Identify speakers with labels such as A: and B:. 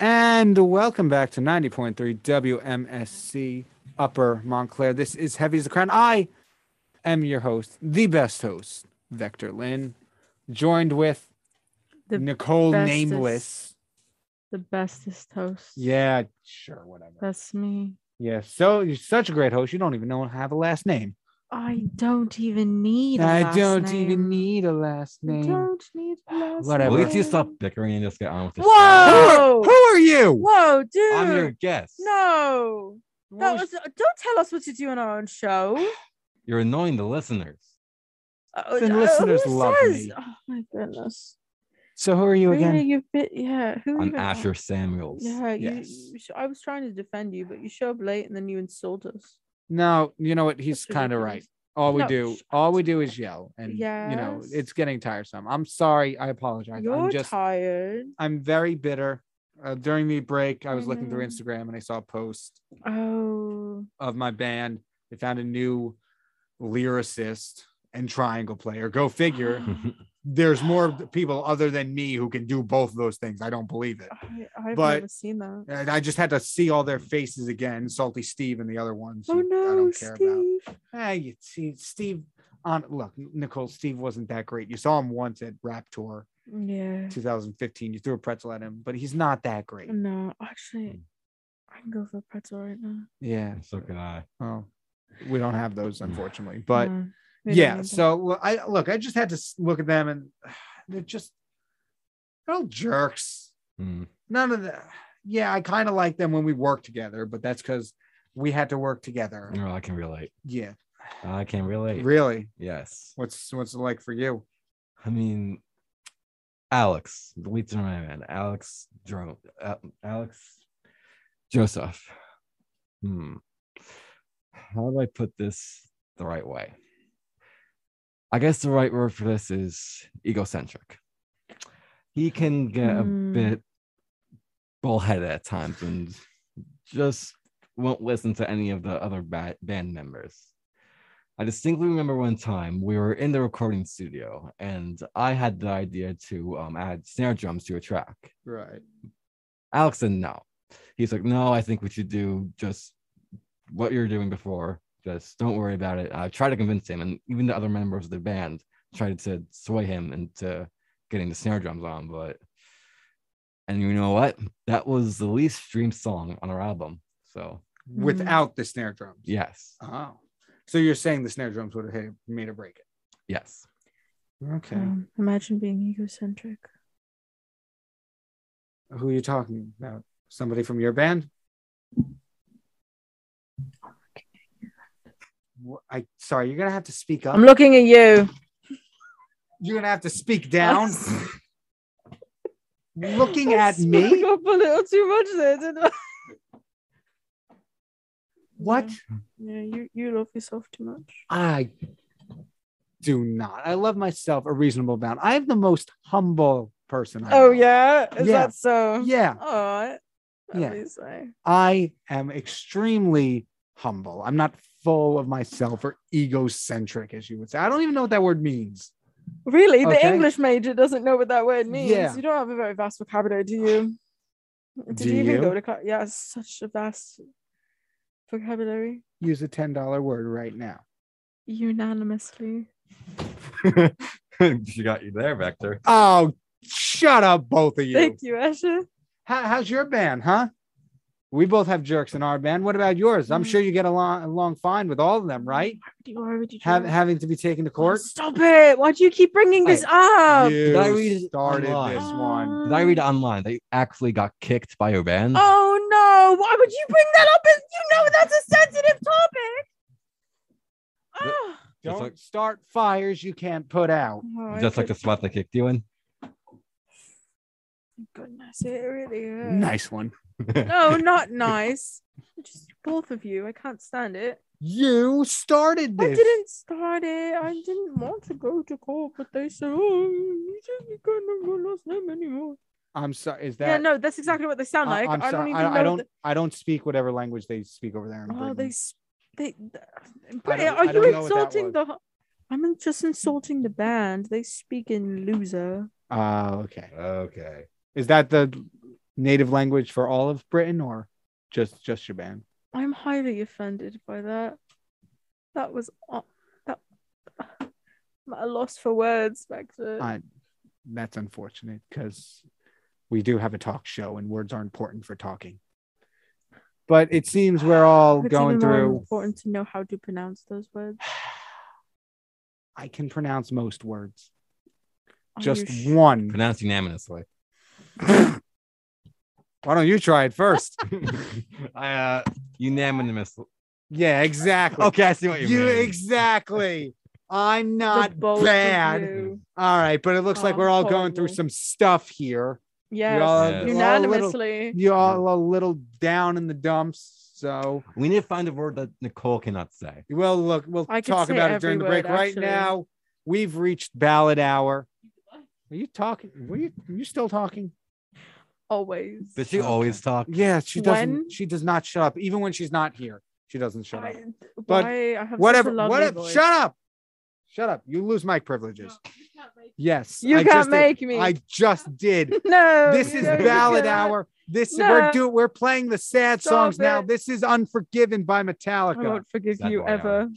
A: And welcome back to 90.3 WMSC Upper Montclair. This is Heavy as the Crown. I am your host, the best host, Vector Lynn, joined with
B: The
A: Nicole
B: bestest.
A: Nameless.
B: The bestest host.
A: Yeah, sure, whatever.
B: That's me.
A: Yeah, so you're such a great host. You don't even know have a last name.
B: I don't even need. I
A: I don't even need a last
B: I
A: name.
B: don't need. a last
A: Whatever.
B: Name.
A: Well,
C: Will you two stop bickering and just get on with this?
A: Who
B: Whoa!
A: are, who are you?
B: Whoa, dude!
C: I'm your guest.
B: No, that
A: What
B: was. Don't tell us what to do on our own show.
C: You're annoying the listeners.
B: Uh,
A: The
B: uh,
A: listeners
B: who
A: love
B: says-
A: me.
B: Oh my goodness!
A: So who are you
B: Who do
A: again?
B: you fit? Yeah, who?
C: I'm
B: even are-
C: Asher Samuels.
B: Yeah, you,
A: Yes.
B: you sh- I was trying to defend you, but you show up late and then you insult us.
A: No, you know what? He's
B: That's
A: kind of right.
B: ridiculous.
A: All we
B: No,
A: do,
B: shut
A: all we
B: up.
A: do is yell, and you know
B: Yes.
A: it's getting tiresome. I'm sorry. I apologize.
B: You're
A: I'm just,
B: tired.
A: I'm very bitter. Uh, during the break, I
B: I
A: was looking through
B: know.
A: Instagram and I saw a post
B: Oh,
A: of my band. They found a new lyricist and triangle player. Go figure. There's more people other than me who can do both of those things. I don't believe it.
B: I, I've
A: But-
B: never seen that.
A: And I just had to see all their faces again. Salty Steve and the other ones.
B: Oh
A: who
B: no,
A: I don't care
B: Steve.
A: about. Ah, you see, Steve. On look, Nicole, Steve wasn't that great. You saw him once at Rap Tour
B: Yeah.
A: 2015. You threw a pretzel at him, but he's not that great.
B: No, actually,
A: Mm.
B: I can go for a pretzel right now.
A: Yeah.
C: so could I.
A: Oh, we don't have those unfortunately. But
B: No, we don't
A: yeah,
B: need that.
A: so well, I look. I just had to s- look at them, and they're just they're all jerks.
C: Mm.
A: None of the. Yeah, I kind of like them when we worked together, but that's because we had to work together.
B: Mm.
C: No, I can relate.
A: Yeah,
C: I can relate.
A: really.
C: yes.
A: What's what's it like for you?
C: I mean, Alex, the lead singer of my band, Alex Dro- uh, Alex Joseph. Hmm. How do I put this the right way? I guess the right word for this is egocentric. He can get
B: Hmm.
C: a bit bullheaded at times and just won't listen to any of the other ba- band members. I distinctly remember one time we were in the recording studio and I had the idea to um, add snare drums to a track.
A: Right.
C: Alex said no. He's like, no, I think we should do just what you're doing before. Just don't worry about it. I tried to convince him, and even the other members of the band tried to sway him into getting the snare drums on. But and you know what? That was the least streamed song on our album. So
B: Mm.
A: Without the snare drums.
C: yes,
A: Oh. So you're saying the snare drums would have hit- made or break it.
C: yes.
A: Okay.
B: Um, imagine being egocentric.
A: Who are you talking about? Somebody from your band? Wha- I sorry, you're gonna have to speak up.
B: I'm looking at you.
A: you're gonna have to speak down. Looking
B: I
A: at
B: spoke
A: me?
B: up a little too much there, didn't I?
A: What?
B: Yeah, you you love yourself too much.
A: I do not. I love myself a reasonable bound. I'm the most humble person. I
B: Oh
A: know.
B: yeah, is
A: Yeah.
B: that so?
A: Yeah.
B: All right.
A: Yeah.
B: Obviously.
A: I am extremely humble. I'm not full of myself or egocentric, as you would say. I don't even know what that word means.
B: Really, the
A: Okay.
B: English major doesn't know what that word means.
A: Yeah.
B: You don't have a very vast vocabulary, do you? Did
A: Do
B: you even
A: you?
B: go to class? Yeah, it's such a vast vocabulary.
A: Use a $10 word right now.
B: Unanimously.
C: she got you there, Vector.
A: Oh, shut up, both of you.
B: Thank you, Asher.
A: How, how's your band, huh? We both have jerks in our band. What about yours? I'm
B: Mm.
A: sure you get along, along fine with all of them, right?
B: Do you already
A: Have,
B: try?
A: having to be taken to
B: Oh,
A: court.
B: Stop it! Why do you keep bringing this up?
A: you
C: I read it
A: started
C: online?
B: Uh,
A: this one.
C: Did I read online? They actually got kicked by your band.
B: Oh no! Why would you bring that up? If you know that's a sensitive topic. Oh,
C: Just
A: Don't
C: like-
A: start fires you can't put out.
B: Oh, I
C: Just like the
B: could-
C: spot they kicked you in.
B: Goodness, it really is.
A: Nice one.
B: No, not nice. Just both of you. I can't stand it.
A: You started
B: I
A: this.
B: didn't start it. I didn't want to go to court, but they said, "Oh, you shouldn't be going to your last name anymore."
A: I'm sorry. Is that
B: yeah, no, that's exactly what they sound
A: I-
B: like.
A: I'm
B: I don't
A: sorry.
B: even
A: I,
B: know.
A: I don't.
B: the-
A: I don't speak whatever language they speak over there. In
B: Oh, they,
A: Britain.
B: s- they. But
A: don't-
B: are
A: I don't
B: you
A: know what that
B: insulting
A: was.
B: the? ho- I'm in- just insulting the band. They speak in loser.
A: Oh, okay.
C: Okay.
A: Is that the native language for all of Britain or just just your band?
B: I'm highly offended by that. That was aw- that. I'm at a loss for words back then.
A: I- That's unfortunate because we do have a talk show and words are important for talking. But it seems we're all
B: It's
A: going
B: even more
A: through.
B: Important to know how to pronounce those words.
A: I can pronounce most words.
B: Are you
A: Just
B: Oh, sh-
A: one.
C: Pronounced unanimously.
A: Why don't you try it first?
C: uh, unanimously.
A: yeah, exactly.
C: Okay, I see what you,
A: You
C: mean.
A: exactly. I'm
B: The
A: not
B: both of
A: bad.
B: you.
A: All right, but it looks like
B: Oh,
A: we're all going through
B: horrible.
A: some stuff here. all-
B: Yes,
C: Yeah.
A: we're all a little-
B: unanimously.
A: You all a little down in the dumps, so
C: we need to find a word that Nicole cannot say.
A: we'll look. We'll
B: I could
A: talk
B: say
A: about it during the
B: every
A: break.
B: word,
A: Right
B: actually.
A: now, we've reached ballad hour. Are you talking? Were you? You still talking?
B: Always.
C: Does she always talk?
A: Yeah, she doesn't.
B: When-
A: She does not shut up, even when she's not here. She doesn't shut
B: I,
A: up. But
B: but why I have
A: Whatever.
B: Such a lovely
A: Whatever.
B: voice.
A: Shut up. Shut up. You lose mic privileges. Yes.
B: You
A: I
B: can't
A: just did-
B: make me.
A: I just did.
B: no.
A: this
B: you
A: is
B: don't
A: ballad
B: get that.
A: hour. This
B: No.
A: we're do we're playing the sad
B: Stop
A: songs now.
B: it.
A: This is Unforgiven by
B: I
A: Metallica.
B: won't forgive
C: Sad
B: you
C: boy hour.
B: ever.